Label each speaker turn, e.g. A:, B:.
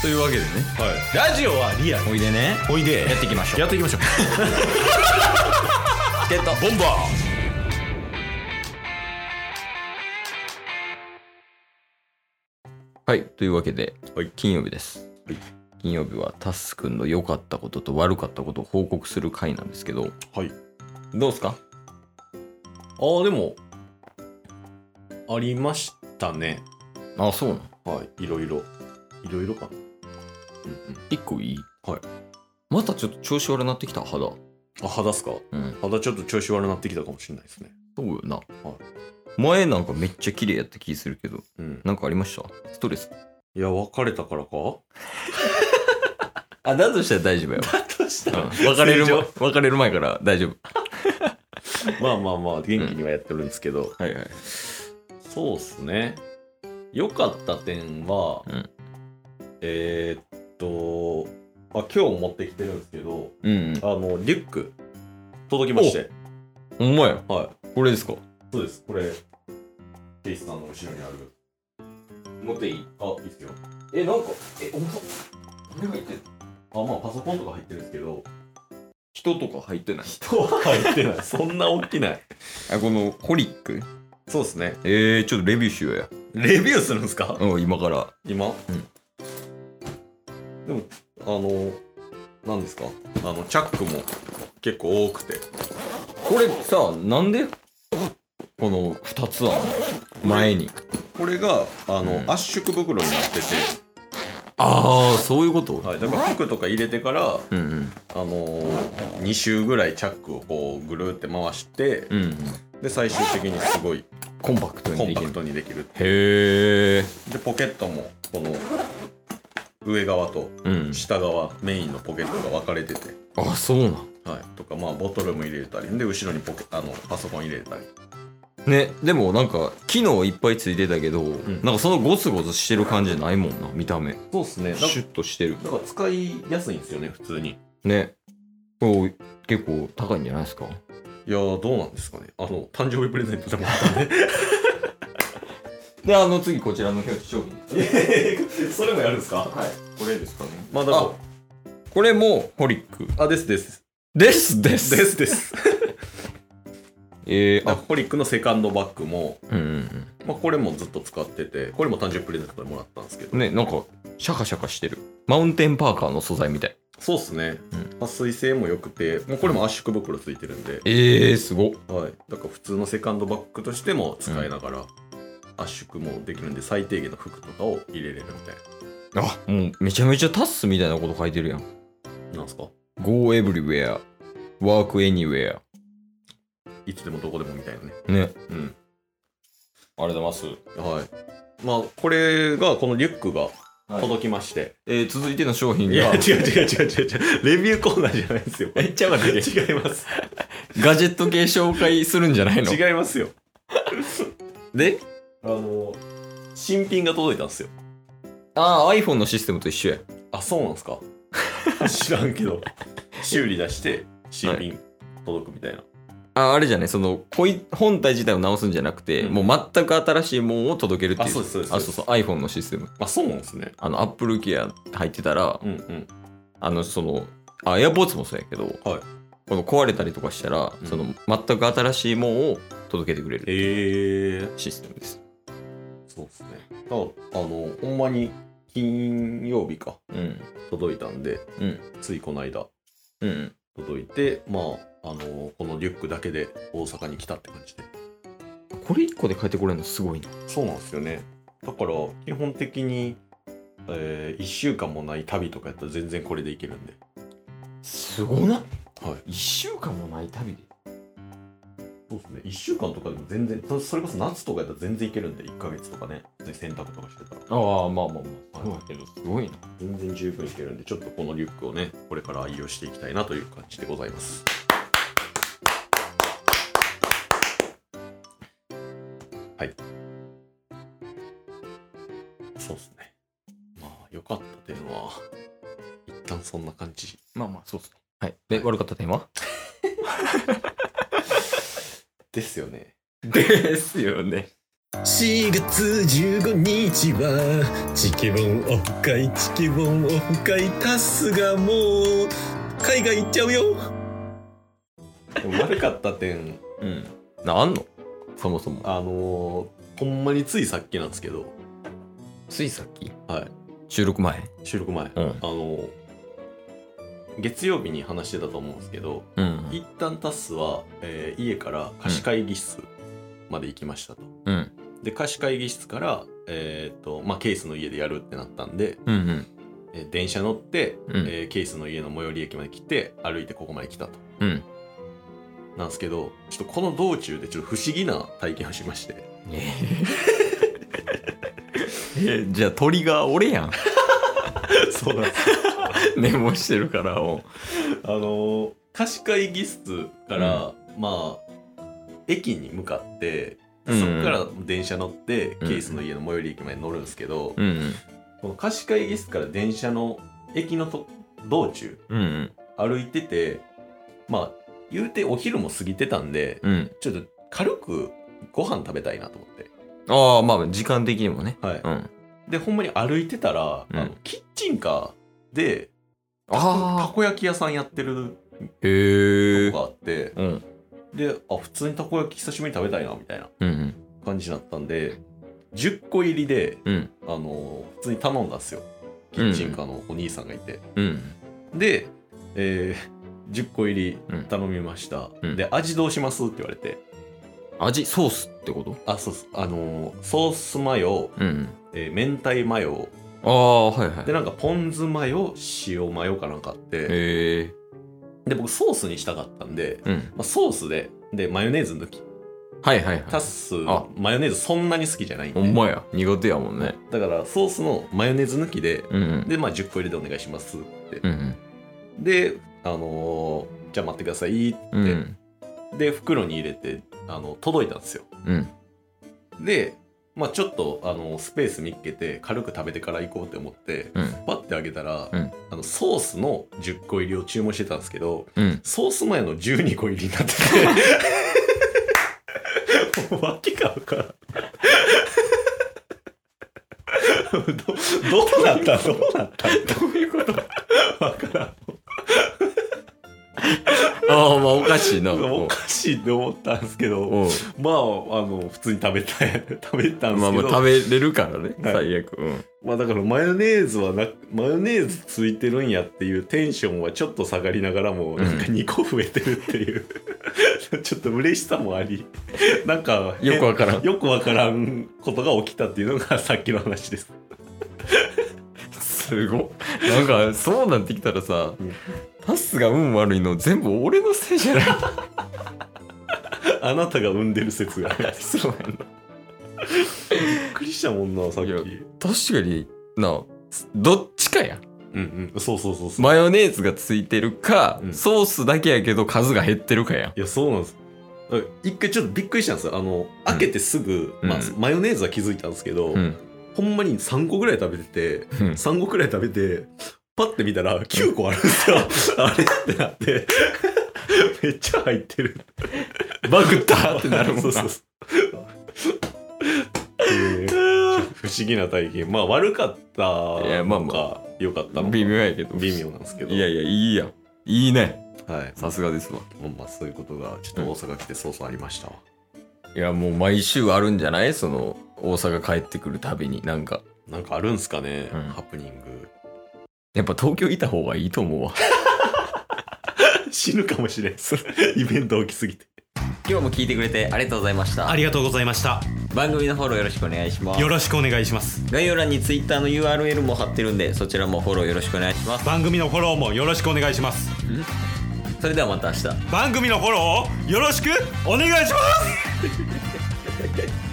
A: というわけでね
B: はい、ラジオはリアル
A: おいでね
B: おいで
A: やっていきましょう
B: やっていきましょう
A: ってた
B: ボンバ
A: はいというわけで、
B: はい
A: 金曜日です、
B: はい
A: 金曜日はタスくんの良かったことと悪かったことを報告する回なんですけど
B: ーはい
A: どうですかああでも
B: ありましたね
A: あそうなの
B: はいいろいろいろいろか
A: 一個いい
B: はい
A: またちょっと調子悪なってきた肌
B: なあ肌っすか
A: うん
B: 肌ちょっと調子悪なってきたかもしれないですね
A: そうよな、前なんかめっちゃ綺麗やった気するけど
B: うん
A: なんかありましたストレス
B: いや別れた からか
A: あだとしたら大丈夫よ、
B: だと
A: う
B: し
A: ん別れる前別れる前から大丈夫
B: まあまあまあ元気にはやってるんですけど、
A: はいはい
B: そうっすね良かった点は、
A: うん
B: えーっとあ今日持ってきてるんですけど
A: うんうん
B: あのリュック届きまして
A: ほんまや
B: はい
A: これですか
B: そうですこれケイスさんの後ろにある
A: 持っていい
B: あいいっすよあ
A: えなんかえ重さ何入ってる
B: まあパソコンとか入ってるんですけど
A: 人とか入ってない
B: 人は入ってないそんな大きない
A: あこのホリック
B: そうですね
A: えー、ちょっとレビューしようや
B: レビューするんですか
A: うん今から
B: 今、でもあの何ですかあのチャックも結構多くて
A: これさなんでこの2つあるの前に
B: これがあの、
A: うん
B: 圧縮袋になってて、
A: ああそういうこと、
B: はい、だから服とか入れてから、
A: うんうん
B: あのー、2周ぐらいチャックをこうぐるーって回して
A: うんうん
B: で最終的にすごい
A: コンパクト
B: コ
A: に
B: ン
A: で
B: パ
A: き
B: ク
A: る
B: トにできる
A: へえ
B: でポケットもこの上側と
A: うん
B: 下側メインのポケットが分かれてて、
A: あそうなん
B: はい、とかまあボトルも入れたりで後ろにポケあのパソコン入れたり
A: ねでもなんか機能いっぱいついてたけど、
B: ん
A: なんかそのゴツゴツしてる感じじゃないもんな見た目
B: そうですね
A: シュッとしてる
B: だから使いやすいんですよね普通に
A: ねこれ結構高いんじゃないですか
B: いやーどうなんですかねあの誕生日プレゼントでもらったんで
A: であの次こちらの表示商品
B: それもやるんですか
A: はいこれですかね
B: まあだか
A: これもホリック
B: らあですです
A: ですです
B: ですです
A: えー、
B: あ
A: あ
B: ホリックのセカンドバッグも、
A: うんうん
B: まあ、これもずっと使っててこれも誕生日プレゼントでもらったんですけ
A: う
B: ど
A: んねなんかシャカシャカしてるマウンテンパーカーの素材みたい
B: そうっすね
A: うん
B: 撥水性も良くてもうこれも圧縮袋ついてるんで、
A: えー、すごっ
B: はい、だから普通のセカンドバッグとしても使いながら圧縮もできるんで最低限の服とかを入れれるみたい
A: あもうめちゃめちゃタッスみたいなこと書いてるやん
B: ななんすか
A: Go everywhere work anywhere
B: いつでもどこでもみたいなね
A: ね
B: うん
A: ありがとうございます
B: はいまあこれがこのリュックが届きまして、
A: えー、続いての商品
B: いや、
A: が
B: 違う違う違う違う違う。レビューコーナーじゃないですよ。
A: えちゃうわけ
B: 違います。
A: ガジェット系紹介するんじゃないの
B: 違いますよ。
A: で
B: あの、新品が届いたんですよ。
A: ああ iPhone のシステムと一緒や
B: あ、そうなんですか知らんけど。修理出して、新品届くみたいな。
A: ああれじゃないそのこい本体自体を直すんじゃなくて、
B: うん
A: もう全く新しいものを届けるっていう
B: あそうですそうです
A: あそうそう iPhone のシステム
B: あ、そうなんですね。
A: あの Apple ケア入ってたら、
B: うんうん。
A: あのそのあ AirPods もそうやけど、
B: はい
A: この壊れたりとかしたら、
B: うん
A: その全く新しいものを届けてくれる
B: ええ
A: システムです
B: そうですね。だから、あの、ほんまに金曜日か、
A: うん
B: 届いたんで、
A: うん
B: ついこの間
A: うん
B: 届いて、まあ、あの、このリュックだけで大阪に来たって感じで。
A: これ1個で帰ってこれるのすごいな
B: そうなんですよね。だから基本的に、え1週間もない旅とかやったら全然これでいけるんで。
A: すごな
B: はい。
A: 1週間もない旅で
B: そうですね。1週間とかでも全然、そそれこそ夏とかやったら全然いけるんで、1ヶ月とかね、普通に洗濯とかしてたら
A: ああまあまあまあそうやけどすごいな
B: 全然十分いけるんで、ちょっとこのリュックをね、これから愛用していきたいなという感じでございます。はい。そうですね。まあ、良かった点は、一旦そんな感じ。
A: まあまあそうですねはいで、悪かった点は
B: ですよね。
A: ですよね
C: 4月15日はチケボンオフ会チケボンオフ会タスがもう海外行っちゃうよ
B: でも悪かった点
A: うん。な、あんのそもそも。
B: あのーほんまについさっきなんですけど
A: ついさっき
B: はい
A: 収録前。
B: 収録前、
A: うん
B: あのー月曜日に話してたと思うんですけど
A: うん。
B: 一旦タスは、えー家から貸し会議室まで行きましたと、
A: うん。
B: で貸し会議室からえっ、とまあケイスの家でやるってなったんで、
A: うんうん。
B: えー電車乗って、
A: うん
B: えーケイスの家の最寄り駅まで来て歩いてここまで来たと
A: うん。
B: なんですけどちょっとこの道中でちょっと不思議な体験をしまして
A: え、じゃあ鳥が俺や ん。
B: そうなんです
A: メモしてるから。うん
B: あのー貸し会議室から、まあ駅に向かってそ
A: うん
B: こから電車乗って、
A: うん
B: ケイスの家の最寄り駅まで乗るんですけど、
A: うん。
B: この貸し会議室から電車の駅のと道中
A: うん
B: 歩いててまあ言うてお昼も過ぎてたんで、
A: うん。うん。
B: ちょっと軽くご飯食べたいなと思って
A: ああ、まあ、時間的にもね。
B: はい、
A: うん。
B: でほんまに歩いてたら、
A: うん
B: あのキッチンカーでた
A: ああ。
B: こ焼き屋さんやってる
A: へえ
B: とこ。があって
A: うん。
B: であ普通にたこ焼き久しぶりに食べたいなみたいな
A: うん。
B: 感じだったんで10個入りで、
A: うん。
B: あの普通に頼んだんですよキッチンカーのお兄さんがいて、
A: うん。
B: で、えー10個入
A: うん
B: り頼みました、
A: うん
B: で味どうしますって言われて
A: 味、ソースってこと
B: あそうっすあのーソースマヨ、
A: うん。
B: えー明太マヨ
A: ああ、はいはい
B: で。なんかポン酢マヨ塩マヨかなんかあって
A: へえ。
B: で僕ソースにしたかったんで、
A: うん。
B: まあ、ソースででマヨネーズ抜き
A: はいはいは
B: タ
A: い。
B: ス
A: あ
B: マヨネーズそんなに好きじゃないんで
A: ほんまや。苦手やもんね。
B: だからソースのマヨネーズ抜きで
A: うんうん。
B: でまあ10個入れでお願いしますって、
A: うん
B: であのーじゃあ待ってくださいって、
A: うん。うん。
B: で袋に入れてあの届いたんですよ
A: うん。
B: でまあちょっとあのスペース見っけて軽く食べてから行こうって思って
A: うん。
B: パッてあげたら、
A: うん
B: あのソースの10個入りを注文してたんですけど
A: うん。
B: ソース前の12個入りになっててもうわけが分からんどどうなったどうなったどういうこと分からん
A: ああ、まあおかしいな。
B: おかしいって思ったんですけど
A: うん
B: まああの普通に食べたい 食べたんですけど、
A: まあまあ食べれるからね、
B: はい
A: 最悪。うん。
B: まあだからマヨネーズはなマヨネーズついてるんやっていうテンションはちょっと下がりながらも
A: うん
B: なんか2個増えてるっていう、 ちょっと嬉しさもありなんか
A: よくわから
B: よくわからんことが起きたっていうのがさっきの話 です
A: ん。すごっ。なんかそうなってきたらさ
B: うん、
A: タスが運悪いの全部俺のせいじゃない。
B: あなたが産んでる説がびっ
A: そうやな。
B: くりしたもんなさっき
A: いうや
B: ん
A: 確かにな、どっちかや。
B: うんそうそうそうそう、
A: マヨネーズがついてるか、
B: うん
A: ソースだけやけど数が減ってるかや。
B: いやそうなんですだから一回ちょっとびっくりしたんですよあの開けてすぐ、
A: うん
B: まあ、マヨネーズは気づいたんですけど、
A: うん。
B: ほんまに3個ぐらい食べてて
A: うん
B: 3個くらい食べてパッて見たら9個あるんですよあれってなって めっちゃ入ってる
A: バグったってなるもん
B: そ
A: な。
B: うそうそうっていう不思議な体験まあ悪かった
A: いやまあま
B: のか良かったのか
A: 微妙やけど。
B: 微妙なんですけど
A: いやいや、いいやん。いいね。
B: はい
A: さすがですわ。
B: まあまあそういうことがちょっと大阪来て早々ありましたわ
A: いや、もう毎週あるんじゃないその、大阪帰ってくるたびに。なんか、
B: なんかあるんすかね、
A: うん
B: ハプニング
A: やっぱ東京いた方がいいと思うわ。
B: 死ぬかもしれんそれイベント起きすぎて
A: 今日も聞いてくれてありがとうございました
C: ありがとうございました
A: 番組のフォローよろしくお願いします
C: よろしくお願いします
A: 概要欄に Twitter の URL も貼ってるんでそちらもフォローよろしくお願いします
C: 番組のフォローもよろしくお願いします
A: それではまた明日
C: 番組のフォローをよろしくお願いします